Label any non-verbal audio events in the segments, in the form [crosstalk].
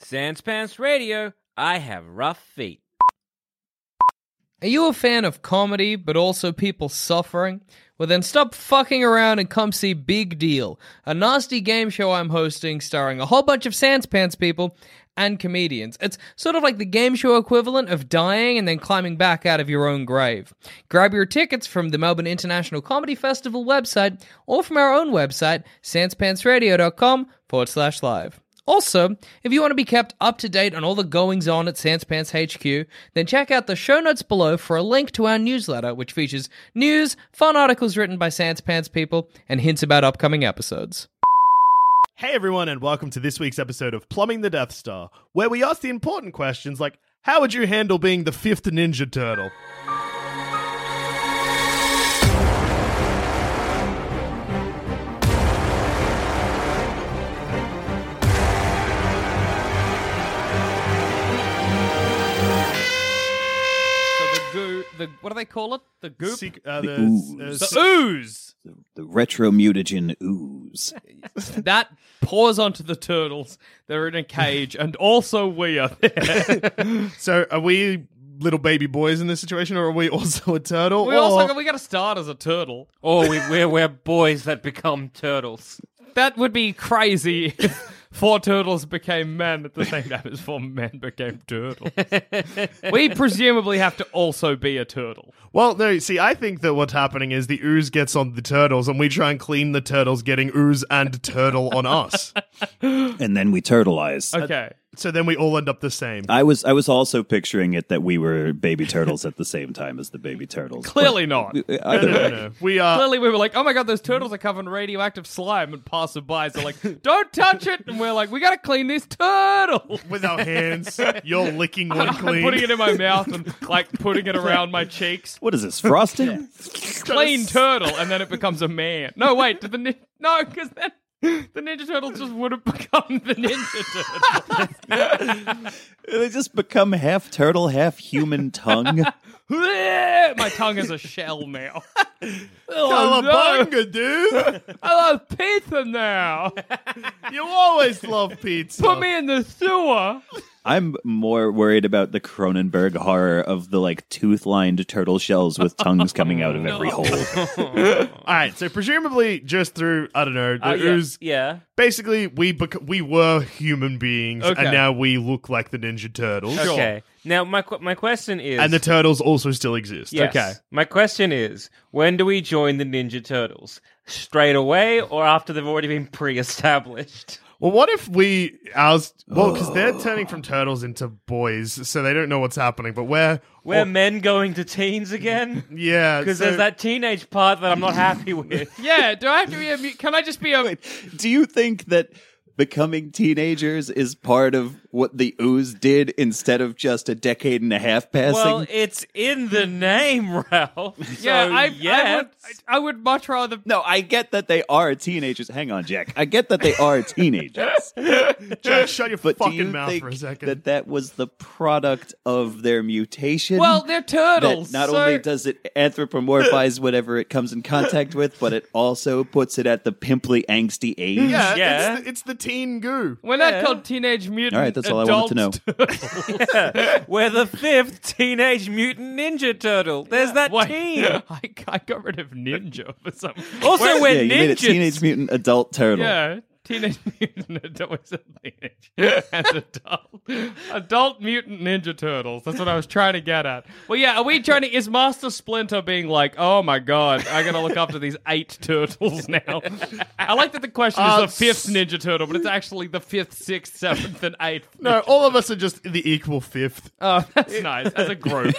Sans Pants Radio, I have rough feet. Are you a fan of comedy, but also people suffering? Well, then stop fucking around and come see Big Deal, a nasty game show I'm hosting starring a whole bunch of Sans Pants people and comedians. It's sort of like the game show equivalent of dying and then climbing back out of your own grave. Grab your tickets from the Melbourne International Comedy Festival website or from our own website, sanspantsradio.com forward slash live. Also, if you want to be kept up to date on all the goings on at Sanspants HQ, then check out the show notes below for a link to our newsletter, which features news, fun articles written by Sanspants people, and hints about upcoming episodes. Hey everyone, and welcome to this week's episode of Plumbing the Death Star, where we ask the important questions like how would you handle being the fifth Ninja Turtle? So the goo, the what do they call it? The goop, Sec- uh, the- ooze. uh, the se- ooze The, the retromutagen ooze. [laughs] that pours onto the turtles. They're in a cage, and also we are there. so are we little baby boys in this situation, or are we [laughs] also a turtle? we Or- also got, we got to start as a turtle. Or Oh, we, we're, we're boys that become turtles. That would be crazy. if [laughs] Four turtles became men at the same time as four men became turtles. we presumably have to also be a turtle. well, no. See, I think that what's happening is the ooze gets on the turtles, and we try and clean the turtles, getting ooze and turtle [laughs] on us. and then we turtleize. Okay. So then we all end up the same. I was I was also picturing it that we were baby turtles at the same time as the baby turtles. Clearly not. But either No, way, no, we are. Clearly, we were like, oh my god, those turtles are covered in radioactive slime, and passerbys are like, don't touch it. And we're like, we gotta clean this turtle. [laughs] With our hands, you're licking one I'm clean. putting it in my mouth and like putting it around my cheeks. what is this frosting? Plain turtle, and then it becomes a man. No, wait, did the nin- [laughs] no, because then the Ninja Turtles just would have become the Ninja Turtle. they just become half turtle, half human tongue. my tongue is a shell [laughs] now. Oh, no. [laughs] Cowabunga, dude! I love pizza now. You always love pizza. Put me in the sewer. I'm more worried about the Cronenberg horror of the like tooth-lined turtle shells with tongues coming out of every hole. All right, so presumably just through I don't know, the Oh, yeah. ooze. yeah. Basically, we bec- we were human beings, Okay. and now we look like the Ninja Turtles. Okay. Now, my, qu- my question is. And the turtles also still exist. Yes. Okay. My question is when do we join the Ninja Turtles? Straight away or after they've already been pre established? Well, what if we ours? [sighs] Well, because they're turning from turtles into boys, so they don't know what's happening. But we're We're well, men going to teens [laughs] again? yeah, Because so- there's that teenage part that I'm not happy with. Yeah, do I have to be a mu- Can I just be a. Do you think that becoming teenagers is part of what the ooze did instead of just a decade and a half passing? Well, it's in the name, Ralph. Yeah, so I, I, yes. would, I would much rather. No, I get that they are teenagers. Hang on, Jack. I get that [laughs] they are teenagers. Jack, [laughs] shut your But fucking do you mouth think for a second. that that was the product of their mutation? Well, they're turtles. that not so- only does it [laughs] anthropomorphize whatever it comes in contact with, but it also puts it at the pimply, angsty age. yeah, Yeah. It's, the, it's the teen goo. [laughs] We're not Yeah. called Teenage Mutant. All right, that's all I wanted to know. Adults [laughs] We're the fifth Teenage Mutant Ninja Turtle. There's that Wait, teen. I, I got rid of ninja for some. Also, Where- we're yeah, you made it ninjas. teenage mutant adult turtle. yeah, teenage [laughs] mutant adult, teenage [laughs] and adult, adult mutant ninja turtles. That's what I was trying to get at. Well, yeah, are we trying to? Is Master Splinter being like, oh my god, I gotta look after these eight turtles [laughs] now? I like that the question is Uh, the fifth ninja turtle, but it's actually the fifth, sixth, seventh, and eighth. No, all of us are just the equal fifth. Uh, Oh, [laughs] that's nice as a group.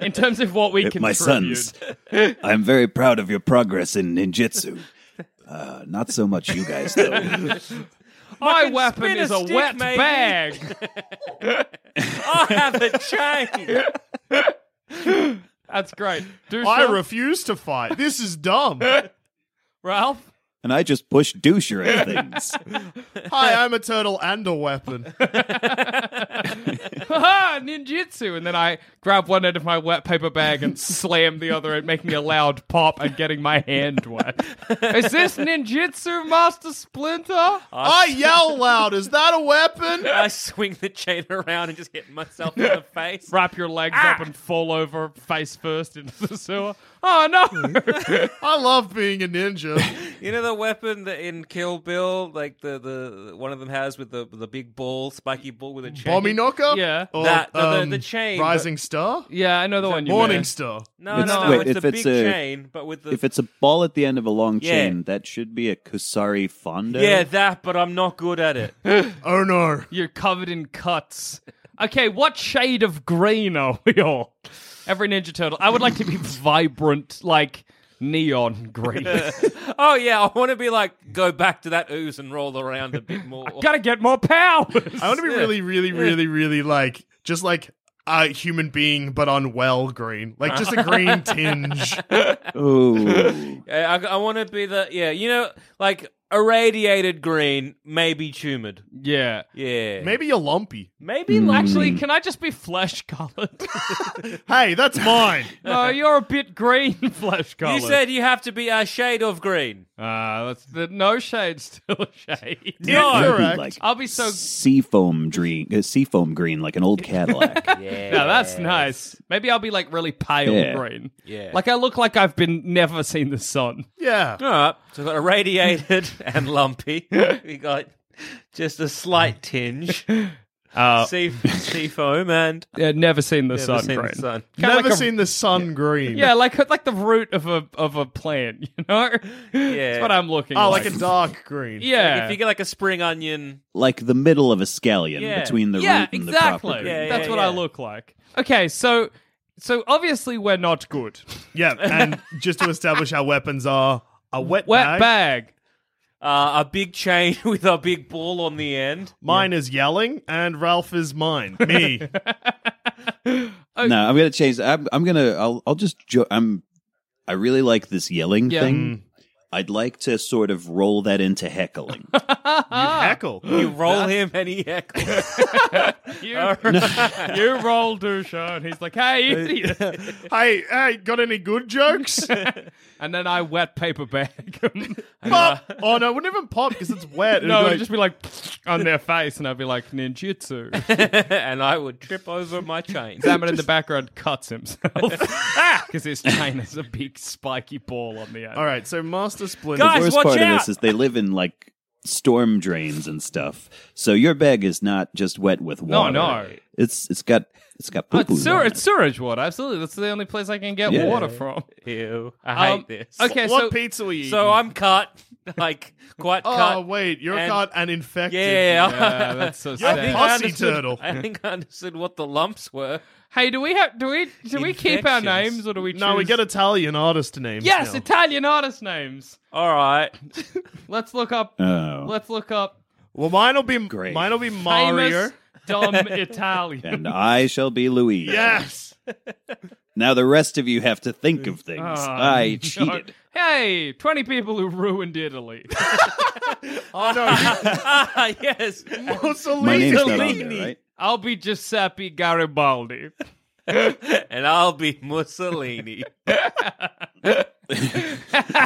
In terms of what we Uh, contribute, My sons, [laughs] I'm very proud of your progress in ninjutsu. Uh, not so much you [laughs] guys, though. my can weapon spin a is a, stick, wet maybe. bag. I [laughs] have a [laughs] chain. That's great. Do I so, refuse to fight. This is dumb. [laughs] Ralph. and I just push doucher at things. Hi, I'm a turtle and a weapon. ha ninjutsu and then i grab one end of my wet paper bag and slam the other end making a loud pop and getting my hand wet is this ninjutsu master splinter Ah, I yell loud. Is that a weapon? I swing the chain around and just hit myself in the face. wrap your legs up and fall over face first into the sewer oh no I love being a ninja. You know the weapon that in Kill Bill, like the, the one of them has with the the big ball, spiky ball with a chain. Bommy knocker? Yeah. Or, That- the- the- um, the chain, but- Rising star? yeah i know the one you Morning meant. star. No, It's- no, no, wait, it's if a it's big a- chain, but with the If it's a ball at the end of a long Yeah. chain, that should be a Kusari Fondo. yeah that, but I'm not good at it. Oh no. You're covered in cuts. Okay, what shade of green are we all? Every Ninja Turtle. I would like to be vibrant, like neon green. oh yeah, I want to be like go back to that ooze and roll around a bit more. [laughs] Gotta get more powers. I want to be really, really, really, really like just like a human being, but on well green, like just a green tinge. [laughs] Ooh. [laughs] I, want to be the yeah, you know, like irradiated green, maybe tumored. Yeah. Yeah, Maybe you're lumpy. maybe like Hmm. Actually, can I just be flesh colored? Hey, that's mine. [laughs] no, you're a [laughs] bit green flesh colored. you said you have to be a shade of green. Ah, that's the no shade's still a [laughs] shade. I'd be Correct. like I'll be so. seafoam green, uh, seafoam green, like an [laughs] old Cadillac. Yeah, No, that's nice. Maybe I'll be like really pale Yeah. green. Yeah. Like I look like I've been never seen the sun. Yeah. All right, so we've got [laughs] irradiated and lumpy. We got just a slight tinge, [laughs] Uh, sea, sea foam, [laughs] and yeah, never seen the never sun seen the green. sun. Kinda Never like a- seen the sun green. Yeah, like like the root of a of a plant, [laughs] you know. Yeah. that's what I'm looking. Oh, like, like a dark green. yeah, If you get like a spring onion, like the middle of a scallion Yeah. between the yeah, root and the exactly. proper green. Yeah, that's yeah, what yeah. I look like. Okay, so so obviously we're not good. Yeah. And just to establish our weapons are a wet, Wet bag. uh, a big chain [laughs] with a big ball on the end. Mine is yelling, and Ralph is mine. Me. Oh. No, I'm gonna change. that. I'm, I'm gonna. I'll. I'll just. Jo- I'm. I really like this yelling Yeah. thing. I'd like to sort of roll that into heckling. Ah, Heckle. [gasps] You roll him and [laughs] he [laughs] heckles. You, [laughs] you roll Dushan. He's like, hey, idiot. hey, hey, got any good jokes? [laughs] and then I wet paper bag. [laughs] him. Pop. Oh no, it wouldn't even pop because it's wet. no, It'd it'd be just be like [laughs] on their face, and I'd be like ninjutsu. and I would trip over my chain. Salmon in the background cuts himself [laughs] because his chain has a big spiky ball on the end. All right, so Master Splinter. Guys, the worst watch part out! of this is they live in like storm drains and stuff. So your bag is not just wet with No, water. no. It's it's got it's got Oh, poo poo. it's, sewer, it's sewerage water. Absolutely, that's the only place I can get Yeah. water from. Ew, I hate Um, this. Okay, what so pizza were you? so I'm cut, [laughs] like quite Oh cut. wait, you're and- got an infected. Yeah, [laughs] yeah, that's so You're I sad. think pussy I understood. turtle. I think I understood what the lumps were. hey, do we have do we do we keep our Infections. names or do we? Choose? No, we get Italian artist names. Yes, now. Italian artist names. All right, Let's look up. Oh. Let's look up well, mine will be Great. mine will be Mario. famous dumb Italian. and I shall be Louis. Yes. Now the rest of you have to think of things. Oh, I God. cheated. Hey, twenty people who ruined Italy. Oh, [laughs] ah yes, My name's Mussolini. not on there, right? I'll be Giuseppe Garibaldi. and I'll be Mussolini.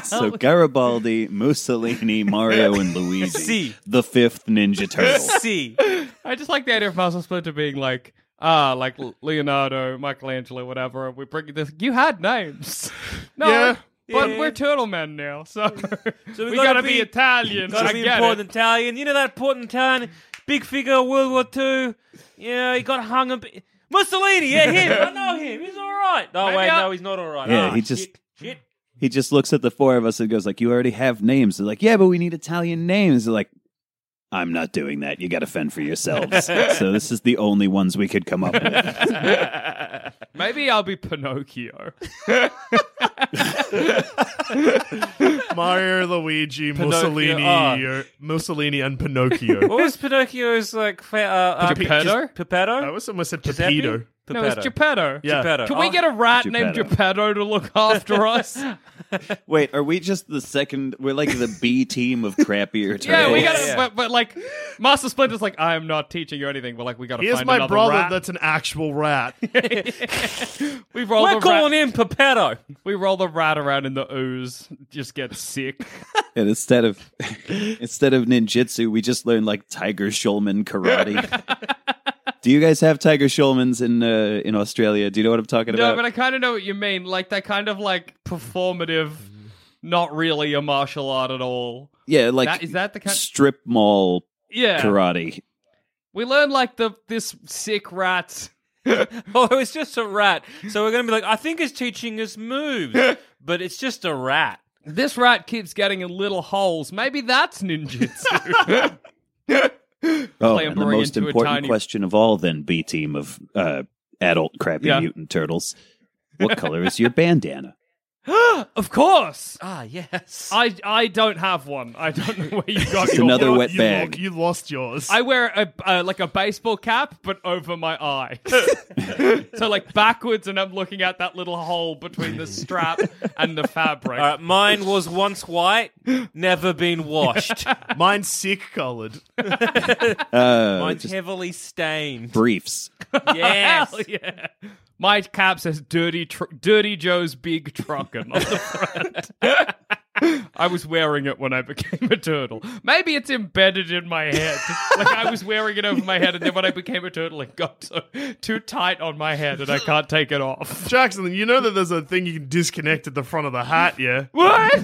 So Garibaldi, Mussolini, Mario, and Luigi, See. the fifth Ninja Turtle. [laughs] See, I just like the idea of Master Splinter being like, ah, like Leonardo, Michelangelo, whatever. And we bring this. You had names, no, Yeah. but Yeah. we're Turtle Men now, so, [laughs] we, gotta gotta, be, be- Italian. gotta I be get important it. Italian. You know that important Italian big figure, World War Two. You know he got hung up. Mussolini, yeah, him. [laughs] I know him. He's all right. No, Maybe wait, I- no, he's not all right. Yeah, Ah, he just- shit, shit. He just looks at the four of us and goes like, "You already have names." They're like, "Yeah, but we need Italian names." They're like, "I'm not doing that. You got to fend for [laughs] yourselves." so this is the only ones we could come up with. Maybe I'll be Pinocchio. Mario, Luigi, Mussolini, ah. uh, Mussolini, and Pinocchio. What was Pinocchio's like? Fa- uh, uh, Geppetto? Geppetto? I almost almost said Giuseppe? Pepito. No, it's Geppetto. Yeah. Geppetto. Can we get a rat named Geppetto. Geppetto to look after us? [laughs] Wait, are we just the second? We're like the B team of crappier. [laughs] yeah, we turtles. got. to Yeah. But, but like, Master Splinter's like, I am not teaching you anything. But like, we got to Here's find my another brother rat. that's an actual [laughs] rat. we roll We're the rat. calling in Geppetto. We roll the rat around in the ooze. Just get sick. And instead of [laughs] instead of ninjutsu, we just learn like Tiger [laughs] Schulman karate. Do you guys have Tiger Schulmans in uh, in Australia? Do you know what I'm talking no, about? but I kind of know what you mean. Like that kind of like performative, not really a martial art at all. yeah, like that, is that the kind? strip mall Yeah, karate. we learn like the this sick rat. [laughs] Oh, it's just a rat. So we're going to be like, I think it's teaching us [laughs] moves, but it's just a rat. This rat keeps getting in little holes. Maybe that's ninjutsu. Oh, Clambering and the most into a important tiny- question of all, then B team of uh, adult crappy Yeah. mutant turtles. [laughs] What color is your bandana? of course. Ah, yes. I I don't have one. I don't know where you got It's your another one. wet you, bag. Look, you lost yours. I wear a uh, like a baseball cap, but over my eye, [laughs] so like backwards, and I'm looking at that little hole between the strap and the fabric. All right, mine was once white, never been washed. Mine's sick [laughs] coloured. Uh, [laughs] Mine's just heavily stained. briefs. yes. [laughs] Hell [laughs] yeah. My cap says "Dirty, tr- Dirty Joe's Big Truckin' on the front. [laughs] I was wearing it when I became a turtle. Maybe it's embedded in my head. like I was wearing it over my head, and then when I became a turtle, it got so too tight on my head, and I can't take it off. Jackson, you know that there's a thing you can disconnect at the front of the [laughs] hat, yeah? What?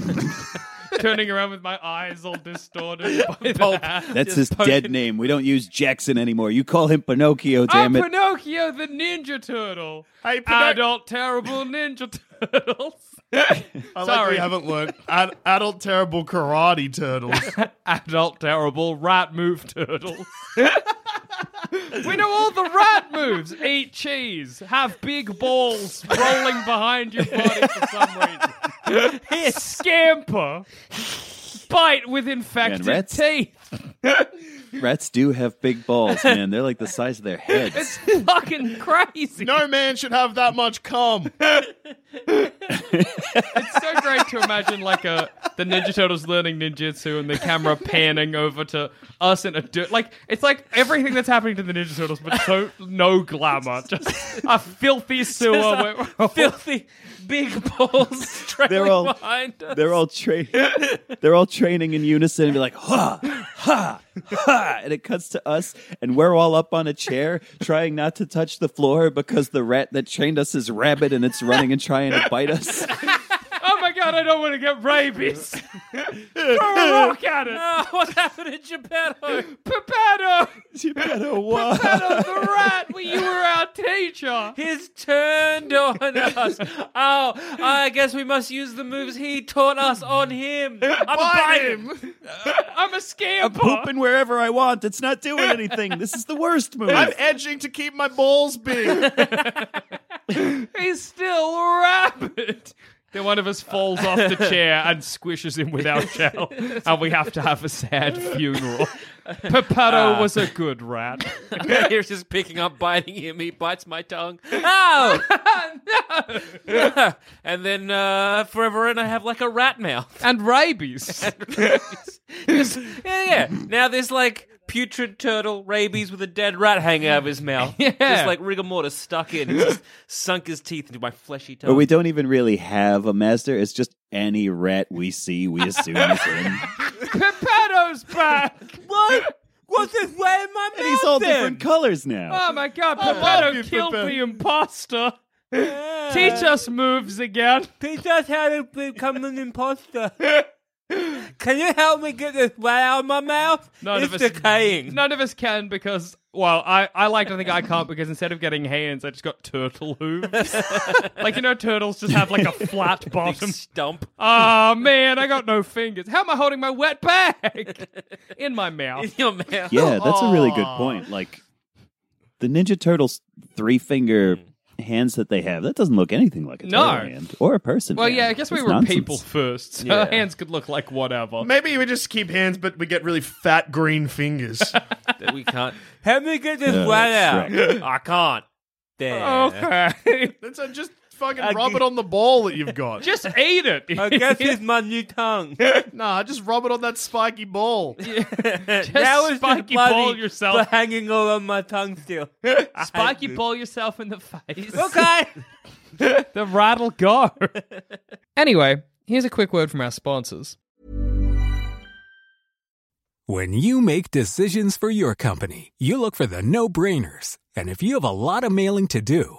Turning around with my eyes all distorted. By the hat. [laughs] That's his Just poke dead it. name. We don't use Jackson anymore. You call him Pinocchio, I'm damn it. Pinocchio the Ninja Turtle. Hey, Pinoc- Adult terrible Ninja Turtles. I like Sorry. we haven't learned ad- adult terrible karate turtles. [laughs] adult terrible rat move turtles. we know all the rat moves. Eat cheese. Have big balls rolling behind your body for some reason. Scamper. Bite with infected rats- teeth. Rats do have [laughs] big balls, man. They're like the size of their heads. It's fucking crazy. no man should have that much cum. [laughs] It's [laughs] so great to imagine like a the Ninja Turtles learning ninjutsu and the [laughs] camera panning over to us in a dirt like it's like everything that's happening to the Ninja Turtles, but so no glamour, [laughs] just a filthy sewer. where [laughs] we're all- Filthy big balls trailing They're all- behind us. They're all train. They're all training in unison and be like, ha, ha, ha, and it cuts to us, and we're all up on a chair trying not to touch the floor because the rat that trained us is rabid and it's running and trying to bite us. Oh my god, I don't want to get [laughs] rabies. Throw a rock at it. [laughs] Oh, what happened to Geppetto? [laughs] Pepetto, You better walk. Pepetto the rat, well, you were our [laughs] teacher. He's turned on [laughs] us. Oh, I guess we must use the moves he taught us on him. I'm biting. I'm a scamper. Pooping wherever I want. It's not doing anything. This is the worst move. I'm edging to keep my [laughs] balls big. He's still rabid. Then one of us falls off [laughs] the chair and squishes him with our [laughs] shell, and we have to have a sad funeral. Pepetto Uh. was a good rat. [laughs] He's just picking up, biting him. He bites my [laughs] tongue. Ow! [laughs] and then uh, forever, and I have like a rat [laughs] mouth. And [laughs] rabies. Just- yeah, yeah. Now there's like putrid turtle rabies with a dead rat hanging out of his [laughs] mouth. Yeah. Just like rigor mortis stuck in. He's just [laughs] sunk his teeth into my fleshy tongue. Or we don't even really have a master. It's just any rat we see, we assume is him. Pepetto's back. [laughs] what? What's this way in my mouth? And he's all then? different colors now. Oh my god, love Pepetto you, killed Pepetto. Uh. the imposter. Yeah. Teach us moves again. Teach us how to become an imposter. [laughs] Can you help me get this rat out of my mouth? None it's of us- decaying. None of us can because, well, I, I like to think I can't because instead of getting hands, I just got turtle [laughs] hooves. like, you know, turtles just have like a flat Big bottom. stump. Oh, man, I got no fingers. How am I holding my wet bag? [laughs] In my mouth. your mouth. [laughs] Yeah, that's a really good point. Like the Ninja Turtles three finger hands that they have, that doesn't look anything like a Hmm. No. turtle hand or a person. Well, hand. yeah, I guess we It's were nonsense. people first. So Yeah. hands could look like whatever. Maybe we just keep hands, but we get really [laughs] fat green fingers. we can't. [laughs] Help me get this No, rat that's out. [laughs] I can't. there. Oh, Okay. [laughs] That's uh, just fucking I rub g- it on the ball that you've got. Just eat it. I [laughs] guess it's my new tongue. nah, just rub it on that spiky [laughs] ball. [laughs] now it's spiky just bloody ball yourself. hanging all on my tongue still. Spiky ball yourself in the [laughs] face. Okay. the rattle go. [laughs] anyway, here's a quick word from our sponsors. When you make decisions for your company, you look for the no brainers. And if you have a lot of mailing to do,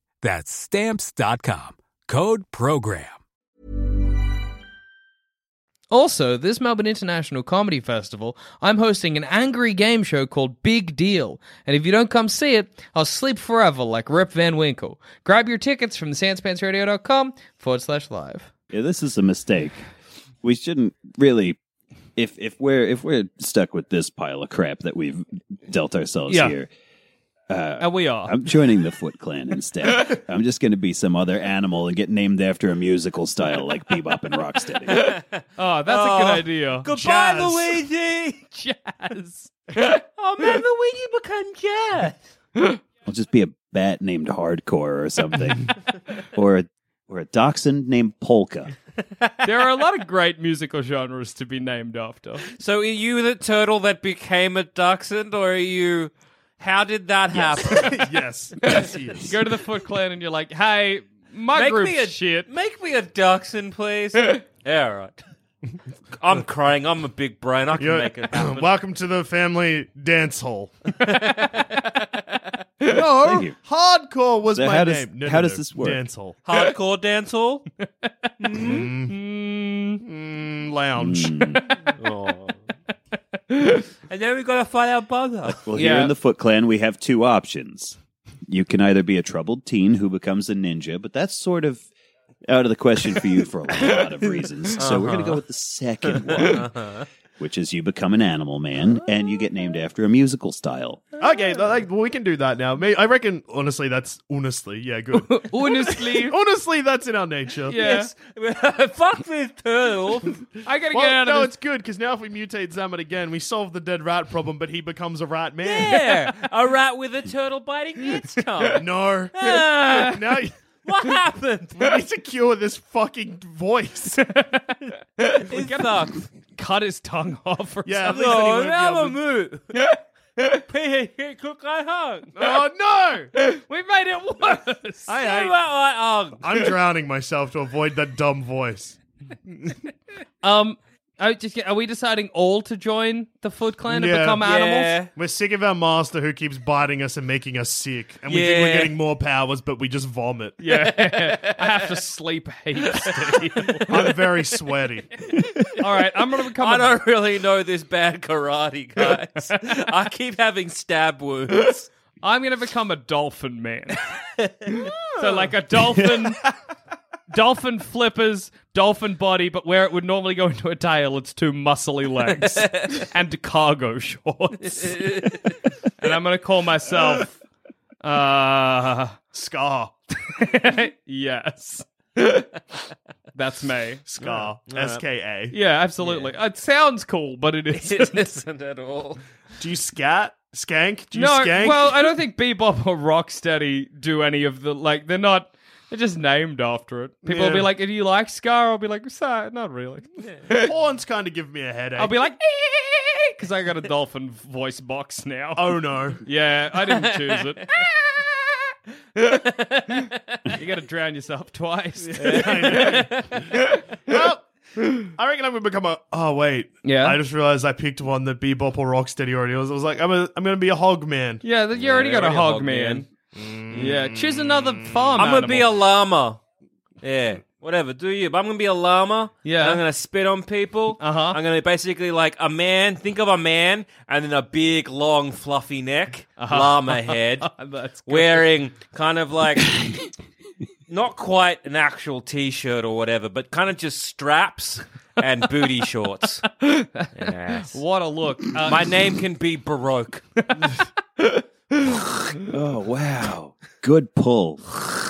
That's stamps.com. Code program. Also, this Melbourne International Comedy Festival, I'm hosting an angry game show called Big Deal. And if you don't come see it, I'll sleep forever like Rip Van Winkle. Grab your tickets from sanspantsradio.com forward slash live. Yeah, this is a mistake. We shouldn't really if if we're if we're stuck with this pile of crap that we've dealt ourselves Yeah. here. And we are. I'm joining the Foot Clan [laughs] instead. I'm just going to be some other animal and get named after a musical style like bebop and rocksteady. Oh, that's a Oh. good idea. Goodbye, Jazz. Luigi. [laughs] Jazz. Oh man, Luigi become jazz. I'll just be a bat named Hardcore or [laughs] something, or a, or a dachshund named Polka. There are a lot of great musical genres to be named after. So are you the turtle that became a dachshund, or are you? How did that [laughs] happen? yes. Yes, he is. Go to the Foot Clan and you're like, hey, my make group's me a [laughs] shit. Make me a dachshund, please. yeah, all right. I'm crying. I'm a big brain. I can You're- make [laughs] it happen. Welcome to the family dance [laughs] hall. Thank no, you. hardcore was So my how does- name. No, how no, does no. this work? Dance hall, Hardcore dance hall. mm, lounge. Hmm. And then we gotta find our brother. Well, Yeah. here in the Foot Clan, we have two options. You can either be a troubled teen who becomes a ninja, but that's sort of out of the question for you for a lot of reasons. So we're Uh-huh. going to go with [laughs] the second one, which is you become an animal man and you get named after a musical style. [laughs] Okay, th- like, well, we can do that now. May- I reckon. Honestly, that's honestly, [laughs] yeah, good. Honestly, honestly, that's in our nature. Yeah. Yes. [laughs] Fuck this turtle. [laughs] I gotta Well, get out no, of it's good because now if we mutate Zamet again, we solve the dead rat problem, but he becomes a rat man. Yeah. A rat with a turtle biting its tongue. [laughs] No. Ah, now [laughs] you- what happened? we need to cure this fucking voice. It sucks. this. Cut his tongue [laughs] off or Yeah, at least then he No, won't be now able I'm Oh, a moo. [laughs] Hey, cook I hung. to- Oh [laughs] no! something. We made it worse. I, Hey, I, I hung. I'm drowning myself to avoid that dumb voice. um, I just, are we deciding all to join the Foot Clan Yeah. and become animals? Yeah. We're sick of our master who keeps biting us and making us sick, and we think we're Yeah. getting more powers, but we just vomit. Yeah, [laughs] I have to sleep heaps. to heal. I'm very sweaty. [laughs] all right, I'm gonna become. I a- don't really know this bad karate, guys. [laughs] I keep having stab wounds. I'm gonna become a dolphin man. so like a dolphin, dolphin flippers, dolphin body, but where it would normally go into a tail, it's two muscly legs and cargo shorts. and I'm gonna call myself, uh, [laughs] Scar. yes, that's me. Scar. S K A. Yeah, absolutely. It sounds cool, but [laughs] it isn't. It isn't at all. Do you scat? Skank? Do you no, skank? well, I don't think Bebop or Rocksteady do any of the like. They're not. They're just named after it. People will be Yeah. like, "Do you like Scar?" I'll be like, "Sorry, not really." [laughs] horns kind of give me a headache. I'll be like, "Because I got a dolphin voice box now." oh no. Yeah, I didn't choose it. [laughs] you gotta drown yourself twice. well, I reckon I'm gonna become a. Oh wait, Yeah. I just realized I picked one that Bebop or Rocksteady already was. I was like, I'm a, I'm gonna be a hog man. Yeah, th- you already got a already hog, hog man. Yeah, choose another farm. I'm gonna animal. be a llama. Yeah, whatever. Do you? But I'm gonna be a llama. Yeah. and I'm gonna spit on people. Uh-huh. I'm gonna basically like a man. Think of a man, and then a big, long, fluffy neck, llama head, Uh-huh. [laughs] That's good. wearing kind of like. Not quite an actual T-shirt or whatever, but kind of just straps and booty shorts. Yes. What a look. Uh, My name can be Baroque. Oh wow, good pull.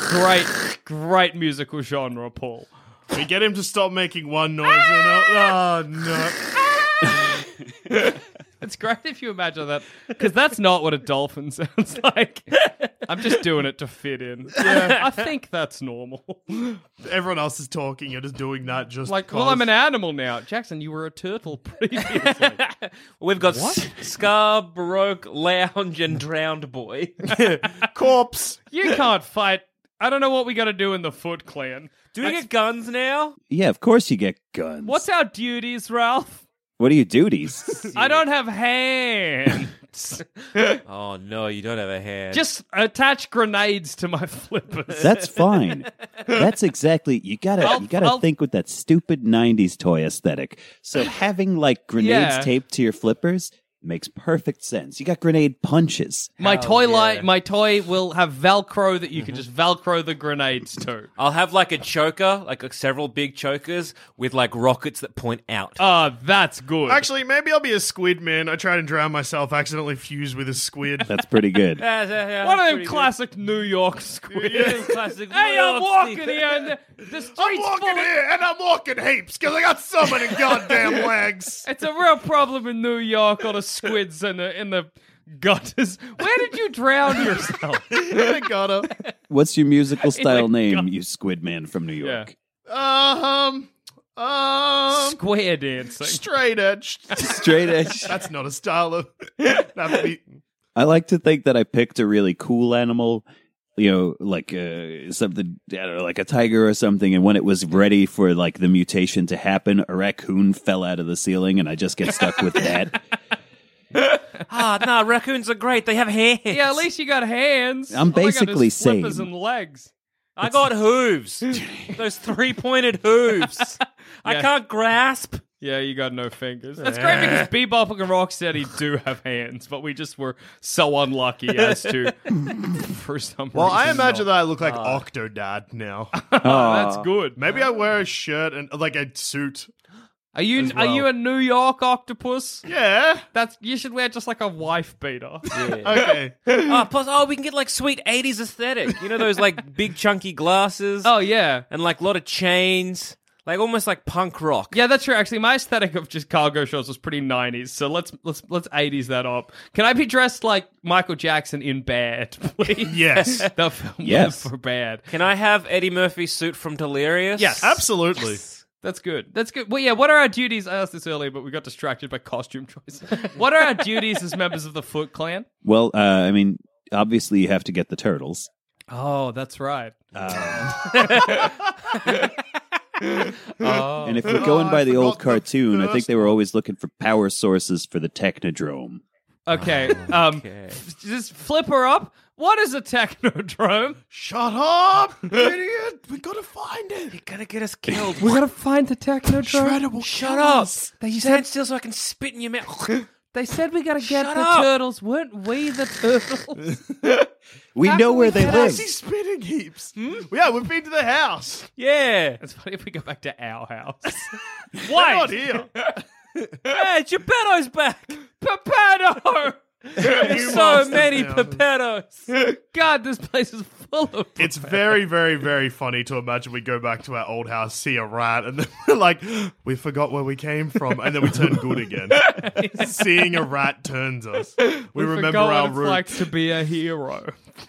great, great musical genre, Paul. We get him to stop making one noise. and oh, oh no! It's great if you imagine that, because that's not what a dolphin [laughs] sounds like. I'm just doing it to fit in. I think that's normal. Everyone else is talking. You're just doing that. Just Like, well, cause. I'm an animal now. Jackson, you were a turtle [laughs] previously. We've got S- Scar, Baroque, Lounge, and Drowned Boy. corpse. you can't fight. I don't know what we got to do in the Foot Clan. Do we get guns now? Yeah, of course you get guns. What's our duties, Ralph? What are your duties? I don't have hands. [laughs] Oh no, you don't have a hand. Just attach grenades to my flippers. That's fine. That's exactly you gotta I'll- you gotta I'll- think with that stupid '90s toy aesthetic. So having like grenades Yeah. taped to your flippers makes perfect sense. You got grenade punches. My toy yeah. light, my toy will have Velcro that you can just Velcro the grenades to. I'll have like a choker, like, like several big chokers with like rockets that point out. Ah, that's good. Actually, maybe I'll be a squid man. I tried and drown myself, accidentally fused with [laughs] a squid. That's pretty good. Yeah, yeah, yeah, one of that's them pretty classic New York squid. good. One of them [laughs] classic. [laughs] Hey, I'm Royal walking Steve- here, and the, the streets I'm walking full. Of, here and I'm walking heaps because I got so many [laughs] goddamn legs. It's a real problem in New York. All the squids in the in the gutters. Where did you drown yourself? I got him. What's [laughs] your musical style name, you squid man from New York? Um, um, Square dancing. straight edge. Straight edge. That's not a style of. That'd be- I like to think that I picked a really cool animal, you know, like uh, something, I don't know, like a tiger or something. And when it was ready for like the mutation to happen, a raccoon fell out of the ceiling, and I just get stuck with that. Ah, no, raccoons are great. They have hands. Yeah, at least you got hands. Oh I'm All I got is basically flippers sane. and legs. I got [laughs] hooves. Those three-pointed hooves. Yeah. I can't [laughs] grasp. Yeah, you got no fingers. That's great because Bebop and Rocksteady do have hands, but we just were so unlucky as [laughs] to, for some reason. well, I imagine not. that I look like Octodad now. That's good. Maybe I wear a shirt and like a suit. Are you well. are you a New York octopus? Yeah. That's you should wear just like a wife beater. Okay. Ah, plus, oh, we can get like sweet '80s aesthetic. You know those [laughs] like big chunky glasses. [laughs] Oh yeah. and like a lot of chains, like almost like punk rock. Yeah, that's true. Actually, my aesthetic of just cargo shorts was pretty '90s. So let's let's let's '80s that up. Can I be dressed like Michael Jackson in Bad, [laughs] please? [laughs] yes. the film Yes. for Bad. Can I have Eddie Murphy's suit from Delirious? Yes. Absolutely. That's good. That's good. Well, yeah, what are our duties? I asked this earlier, but we got distracted by costume choice. [laughs] what are our duties as members of the Foot Clan? Well, uh, I mean, obviously you have to get the turtles. Oh, that's right. And if we're going by the old Oh, forgot the cartoon, I think first they were always looking for power sources for the Technodrome. Okay. Ah, Um, f- just flip her up. What is a technodrome? Shut up, idiot. We gotta find it. Gonna get [laughs] us killed. We're gonna find the technodrome. Shredder will Shut kill up. us. They Stand still so I can spit in your mouth. [laughs] They said we gotta get Shut the up. turtles. Weren't we the turtles? We know where they Why live. is he spitting heaps? Yeah, we've been to the house. [laughs] yeah. it's funny if we go back to our house. Why? not here. [laughs] Hey, Geppetto's back. Pepetto! You so monsters many now. Geppettos. [laughs] God, this place is full of. It's very, very, very funny to imagine we go back to our old house, see a rat, and then [laughs] we're like, we forgot where we came from, and then we turn good again. Seeing a rat turns us. We, remember forgot our what it's roots. like to be [laughs] a hero.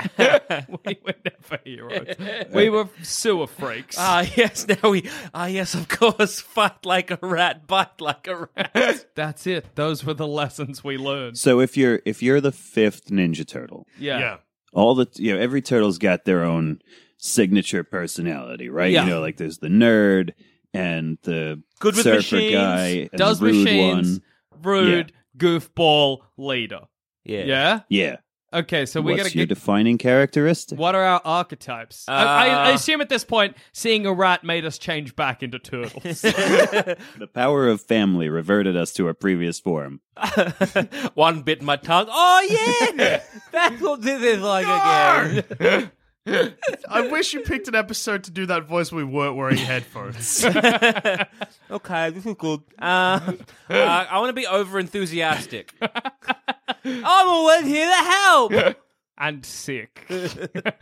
[laughs] we were never heroes. We were sewer freaks. Ah, yes, now we. Ah, yes, of course. [laughs] Fight like a rat, bite like a rat. That's it. Those were the lessons we learned. so if you're if you're the fifth Ninja Turtle, Yeah. yeah. all the you know every turtle's got their own signature personality right Yeah. you know like there's the nerd and the Good with surfer machines, guy and the does rude machines, one. rude, goofball leader. [laughs] Yeah. Yeah. Yeah. Okay, so we What's gotta your get. defining characteristic? what are our archetypes? I, I, I Uh, assume at this point, seeing a rat made us change back into turtles. The power of family reverted us to our previous form. [laughs] One bit my tongue. Oh [laughs] yeah, that's what this is like again. I wish you picked an episode to do that voice when we weren't [laughs] wearing headphones. Okay, this is good. Uh, uh, I want to be over [laughs] enthusiastic. I'm always here to help. and sick. [laughs]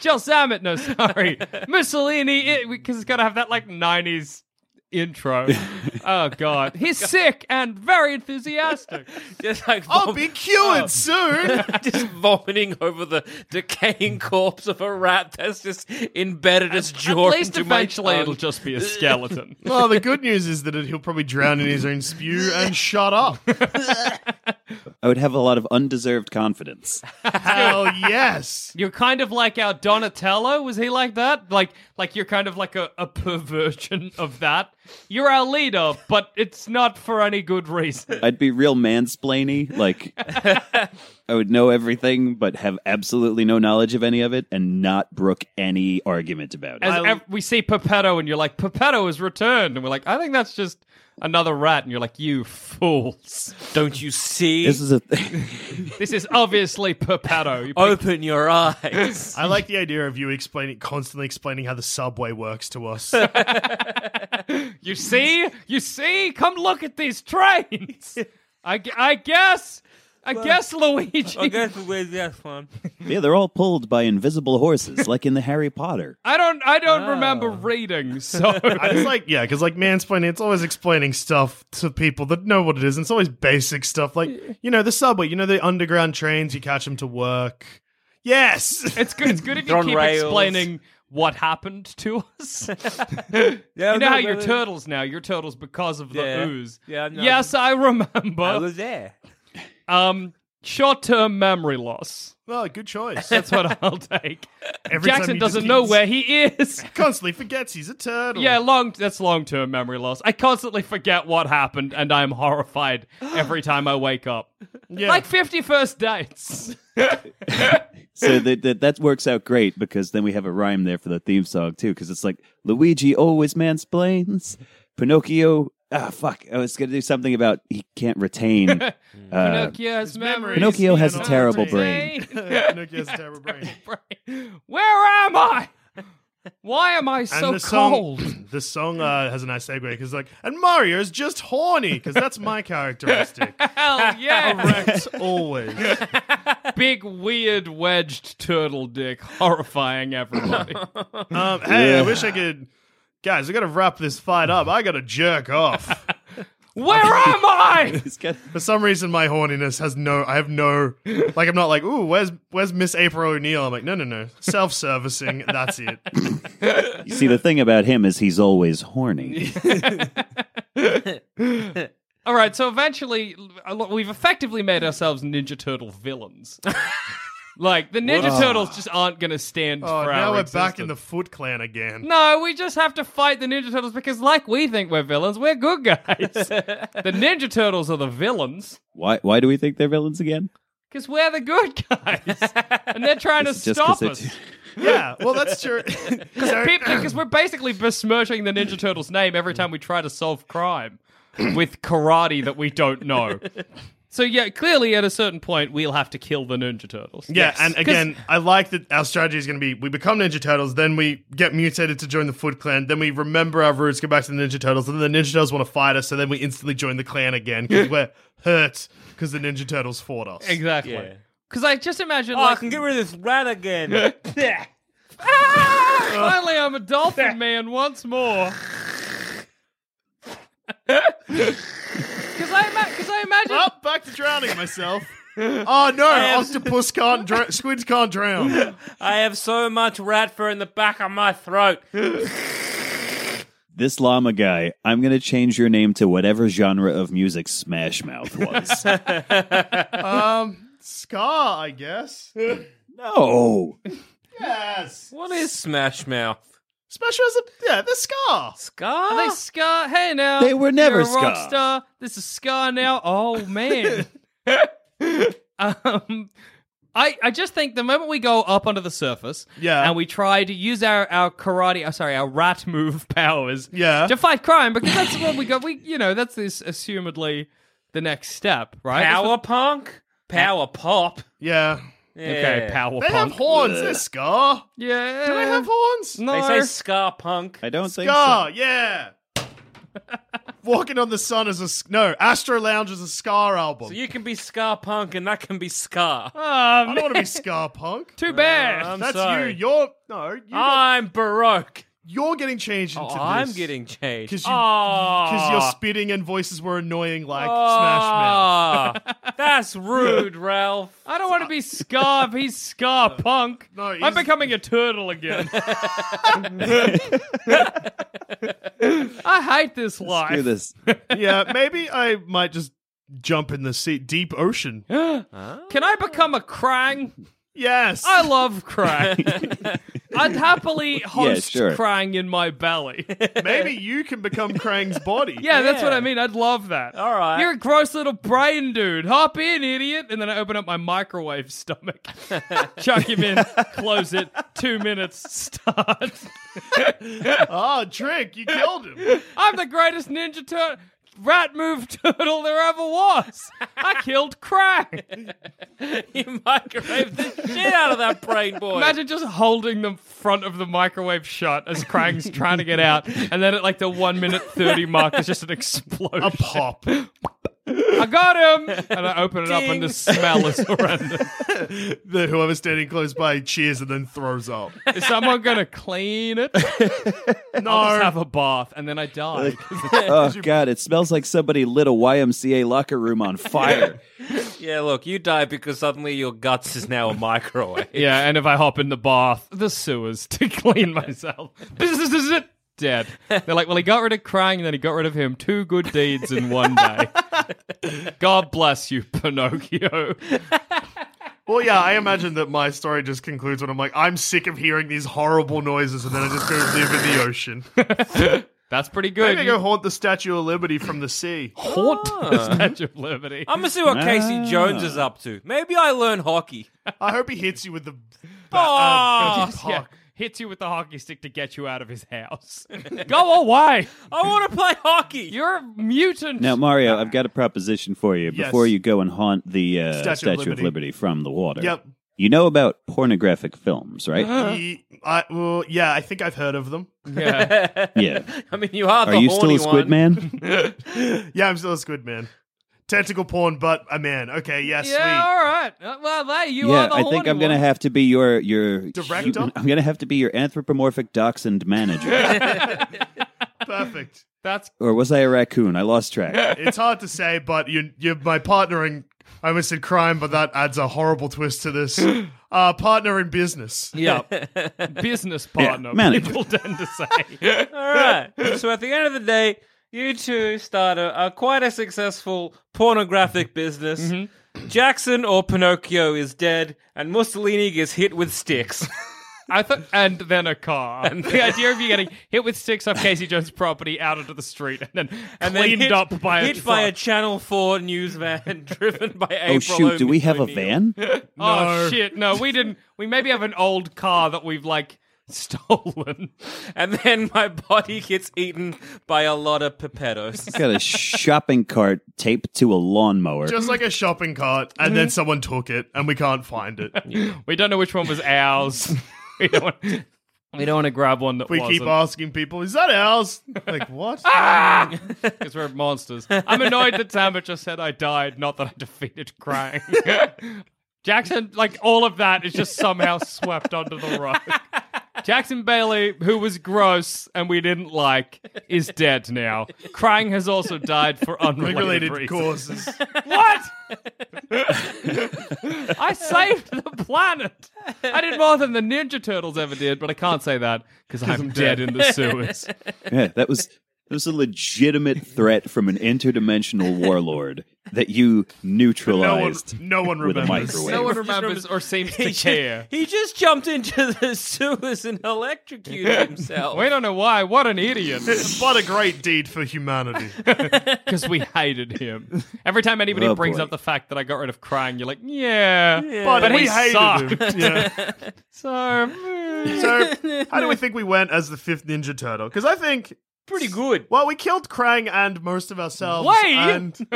Just Zammit, no, sorry. Mussolini, because it's got to have that like 90s [laughs] intro. oh, God. He's sick and very enthusiastic. Just like I'll vom- be cured soon. [laughs] just vomiting over the decaying corpse of a rat that's just embedded its jaw At least into my eventually tongue. it'll just be a skeleton. Well, the good news is that he'll probably drown in his own spew and shut up. I would have a lot of undeserved confidence. Hell yes. You're kind of like our Donatello. Was he like that? Like, like you're kind of like a, a perversion of that. You're our leader, but it's not for any [laughs] good reason. I'd be real mansplainy. Like, I would know everything, but have absolutely no knowledge of any of it and not brook any argument about As it. ev- we see Pepetto, and you're like, Pepetto has returned, and we're like, I think that's just another rat, and you're like, you fools! Don't you see? [laughs] This is a. This is obviously [laughs] Pepetto. You pick- Open your [laughs] eyes. [laughs] I like the idea of you explaining constantly explaining how the subway works to us. you see, you see, come look at [laughs] these trains. I, gu- I guess, I guess Luigi. I guess we're this [laughs] one. [laughs] yeah, they're all pulled by invisible horses, like in the Harry Potter. I don't, I don't Ah. remember reading. So [laughs] I just like, yeah, because like mansplaining, it's always explaining stuff to people that know what it is. And it's always basic stuff like, you know, the subway, you know, the underground trains, you catch them to work. Yes. [laughs] It's good. It's good if They're you on keep rails. explaining what happened to us. [laughs] Yeah, you know no, how no, you're no. turtles now. You're turtles because of the Yeah. ooze. Yeah, no, yes, I I remember. was there. Um, short-term memory loss. Well, good choice. That's what I'll take. Every time Jackson you doesn't just- know where he is. Constantly forgets he's a turtle. Yeah, long. That's long-term memory loss. I constantly forget what happened, and I'm horrified every time I wake up. Yeah. [laughs] Like 51st dates. So that, that that works out great because then we have a rhyme there for the theme song too. Because it's like Luigi always mansplains. Pinocchio. Ah, fuck! I was gonna do something about he can't retain. uh, Pinocchio's memory. Pinocchio has a Pinocchio. terrible brain. Brain. [laughs] Pinocchio has a terrible brain. brain. [laughs] Where am I? Why am I so [laughs] cold? Song, [clears throat] the song uh, has a nice segue because like, and Mario's just horny because [laughs] that's my characteristic. Hell yeah! Correct [laughs] always. Big weird wedged turtle dick, horrifying everybody. Um, hey, I Yeah. wish I could. Guys, I gotta wrap this fight up. I gotta [laughs] jerk off. [laughs] Where am I? It's got- For some reason, my horniness has no. I have no. Like, I'm not like, ooh, where's where's Miss April O'Neil? I'm like, no, no, no. Self servicing. That's it. [laughs] [laughs] you see, the thing about him is he's always horny. All right, so eventually uh, look, we've effectively made ourselves Ninja Turtle villains. [laughs] like the Ninja Turtles just aren't going to stand Oh, for now our we're back in the existence. Foot Clan again. No, we just have to fight the Ninja Turtles because, like we think we're villains, we're good [laughs] guys. the Ninja Turtles are the villains. Why? Why do we think they're villains again? Because we're the good guys, [laughs] and they're trying to It's just stop 'cause us. it's- Yeah, well, that's [laughs] true. [laughs] So- Because we're basically besmirching the Ninja Turtles' name every time we try to solve crime with karate that we don't know. So yeah, clearly at a certain point we'll have to kill the Ninja Turtles. Yeah, Yes. and 'Cause- again, I like that our strategy is going to be we become Ninja Turtles, then we get mutated to join the Foot Clan, then we remember our roots, go back to the Ninja Turtles, and then the Ninja Turtles want to fight us, so then we instantly join the clan again because we're hurt because the Ninja Turtles fought us. exactly. Yeah. Because I just imagine Oh, I like can get rid of this rat [laughs] again. [laughs] Ah! Oh. Finally, I'm [laughs] a dolphin man once more. [laughs] Because I, ima- 'cause I imagine Oh, back to drowning [laughs] myself. oh no, octopus can't drown, squids can't drown. I have so much rat fur in the back of my throat. This llama guy. I'm gonna change your name to whatever genre of music Smash Mouth was. Oh. Um, Scar, I guess. no. Yes. What is Smash Mouth? Smash Bros. are- Yeah, they're Scar. Scar? Ah. Are they Scar? Hey now. They were never You're a rock Scar. star. This is Scar now. Oh [laughs] man. um I, I just think the moment we go up onto the surface Yeah. and we try to use our, our karate uh, sorry, our rat move [laughs] powers Yeah. to fight crime because that's what we got we you know, that's this assumedly the next step, right? That's Power what- punk? Power pop? Yeah. Okay, Yeah. power They have punk. horns. They're Scar. yeah. Do they have horns? no. They say Scar punk. I don't think so. Scar, yeah. [laughs] Walking on the Sun is a s- no. Astro Lounge is a Scar album. So you can be Scar punk and that can be Scar. I Um, don't want to be Scar [laughs] Punk. too bad. I'm That's sorry. you. You're no. You got, I'm Baroque. you're getting changed Oh, into this. I'm getting Ah. changed. because you because because your spitting and voices were annoying like Smash Ah, Mouth. [laughs] that's rude, Ralph. [laughs] I don't want to be Scar. if He's Scar Punk. No, I'm he's- becoming a turtle again. [laughs] I hate this life. Screw this. [laughs] yeah, maybe I might just jump in the sea, deep ocean. [gasps] Can I become a Krang? Yes. I love Krang. [laughs] I'd happily host sure. Krang in my belly. maybe you can become Krang's body. Yeah, that's [laughs] what Yeah. I mean. I'd love that. All right. You're a gross little brain dude. Hop in, idiot. And then I open up my [laughs] microwave stomach, chuck him in, close it, two minutes, start. Oh, Trick, you [laughs] killed him. I'm the greatest ninja turtle, rat move turtle there ever was. I killed Krang. you microwave the shit out of that brain boy. Imagine just holding the front of the microwave shut as Krang's trying to get out, and then at like the one minute thirty mark, it's just an explosion. A pop. I got him, and I open it up, Ding. and the smell is horrendous. the whoever's standing close by cheers and then throws up. Is someone gonna clean [laughs] it? No. I'll just have a bath, and then I die. Oh god, it smells like somebody lit a YMCA locker room on fire. yeah, look, you die because suddenly your guts is now a microwave. [laughs] yeah, and if I hop in the bath, the sewers [laughs] to clean myself. Bzzz, Dead. They're like, well, he got rid of crying, and then he got rid of him. Two good deeds in one day. God bless you, Pinocchio. Well, yeah, I imagine that my story just concludes when I'm like, I'm sick of hearing these horrible noises, and then I just go live in the ocean. That's pretty good. Maybe I go haunt the Statue of Liberty from the sea. haunt the Statue of Liberty. Ah. I'm gonna see what Ah. Casey Jones is up to. Maybe I learn hockey. I hope he hits you with the. Oh, uh, Yeah, puck. hits you with the hockey stick to get you out of his house. [laughs] go away. I want to play hockey. You're a mutant. now, Mario, I've got a proposition for you Yes. before you go and haunt the uh, Statue Statue, of of, Liberty. Liberty. from the water. Yep. You know about pornographic films, [laughs] right? He- I, well, yeah, I think I've heard of them. [laughs] Yeah. yeah. I mean, you are the Are you still horny a one. squid man? Yeah, I'm still a squid man. Tentacle porn, but a man. Okay, yeah, yeah, sweet. all right. Uh, Well, hey, you yeah, are the I horny think I'm gonna one. have to be your your Director? human- I'm gonna have to be your anthropomorphic dachshund manager. Perfect. That's or was I a raccoon? I lost [laughs] track. It's hard to say, but you, you're my partner in. I almost said crime, but that adds a horrible twist to this. Uh, partner in business. yeah. [laughs] Business partner. manager. people tend to say. All right. So at the end of the day, you two start a, a quite a successful pornographic business. Mm-hmm. Jackson or Pinocchio is dead, and Mussolini gets hit with sticks. I thought, and then a car. [laughs] And the idea of you getting hit with sticks off Casey Jones' property out into the street, and then And then cleaned hit, up by a hit truck. by a Channel Four news van [laughs] driven by April. oh shoot, do we have a O'Neil. van? Oh No. shit! No, we didn't. We maybe have an old car that we've like [laughs] stolen. And then my body gets eaten by a lot of [laughs] pepetos. Got a shopping cart taped to a lawnmower. Just like a shopping cart, and then someone took it, and we can't find it. We don't know which one was ours. [laughs] we don't. Want, we don't want to grab one that We wasn't keep asking people, "Is that ours?" Like what? because we're monsters. I'm annoyed that Samba just said I died, not that I defeated crying. [laughs] Jackson, like all of that, is just somehow swept under the rug. Jackson Bailey, who was gross and we didn't like, is dead now. Crying has also died for unrelated Related reasons. causes. What? [laughs] I saved the planet. I did more than the Ninja Turtles ever did, but I can't say that because I'm, dead. in the sewers. Yeah, that was There's a legitimate threat from an interdimensional warlord that you No one, neutralized. no one With a remembers. microwave. No one Just remembers or seems to [laughs] He ju- care. He just jumped into the sewers and [laughs] electrocuted himself. We don't know why. What an idiot. But a great deed for humanity. Because we hated him. Every time anybody Oh, brings boy. up the fact that I got rid of crying, you're like, yeah. But, But we he hated sucked. him. Yeah. So, eh. So, how do we think we went as the fifth Ninja Turtle? Because I think, pretty good. well, we killed Krang and most of ourselves. Wait! And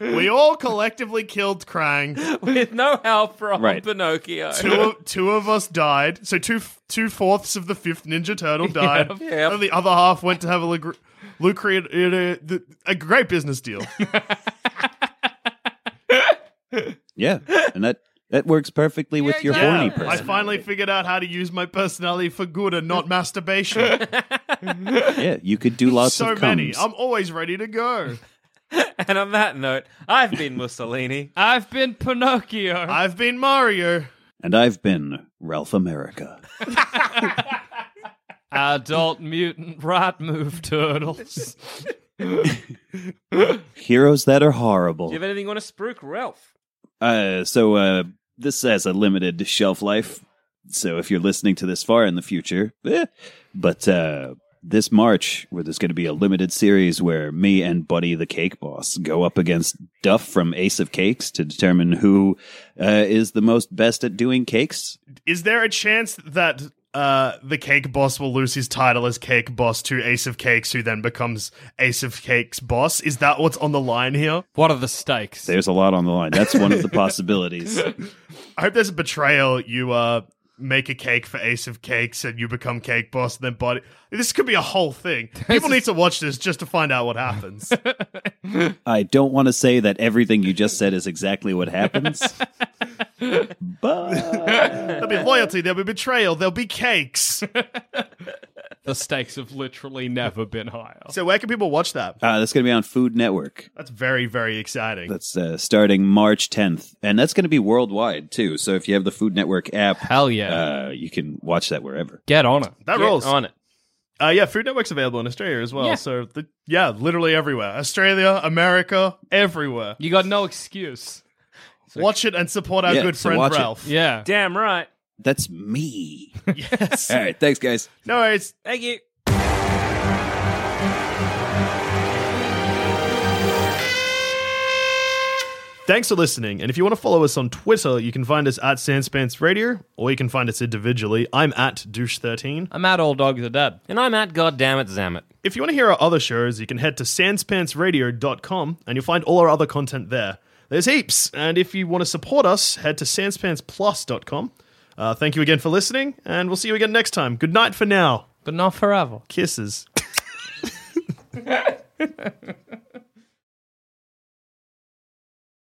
we all collectively killed Krang. With no help from Right. Pinocchio. Two of, two of us died. So, two f- two fourths of the fifth Ninja Turtle died. Yep. And the other half went to have a lucra- lucrative, the- a great business deal. yeah, and that that works perfectly with your exactly. horny I person. finally figured out how to use my personality for good and not masturbation. yeah, you could do lots so of many. cums. I'm always ready to go. And on that note, I've been Mussolini. I've been Pinocchio. I've been Mario. and I've been Ralph America. Adult mutant rat move turtles. Heroes that are Do horrible. you have anything you want to spruik, Ralph? Uh, so uh, this has a limited shelf life. So if you're listening to this far in the future, eh. but uh, this March, where there's going to be a limited series where me and Buddy the Cake Boss go up against Duff from Ace of Cakes to determine who uh, is the most best at doing cakes. Is there a chance that uh, the cake boss will lose his title as cake boss to Ace of Cakes, who then becomes Ace of Cakes boss? Is that what's on the line here? what are the stakes? There's a lot on the line. That's one of the possibilities. I hope there's a betrayal. You uh, make a cake for Ace of Cakes, and you become cake boss, and then body. This could be a whole thing. People need to watch this just to find out what happens. I don't want to say that everything you just said is exactly what happens, but uh, There'll be loyalty. There'll be betrayal. There'll be cakes. The stakes have literally never been higher. So where can people watch that? uh, that's going to be on Food Network. That's very, very exciting. That's uh, starting March 10th, and that's going to be worldwide too. So if you have the Food Network app, Hell yeah. uh, you can watch that wherever. Get on it. that Get rolls. on it. Uh, yeah, Food Network's available in Australia as well. Yeah. So the, yeah, literally everywhere. Australia, America, everywhere. You got no excuse. Watch it and support our Yeah, good so friend watch [laughs] it. Ralph. Yeah. Damn right. That's [laughs] me. Yes. All right, thanks, guys. no worries. Thank you. Thanks for listening. And if you want to follow us on Twitter, you can find us at Sanspants Radio, or you can find us individually. I'm at Douche13. I'm at Old Dogs Are Dead. And I'm at Goddammit Zammit. If you want to hear our other shows, you can head to sanspantsradio.com and you'll find all our other content there. There's heaps. And if you want to support us, head to sanspantsplus.com. Uh, thank you again for listening, and we'll see you again next time. Good night for now. But not forever. Kisses.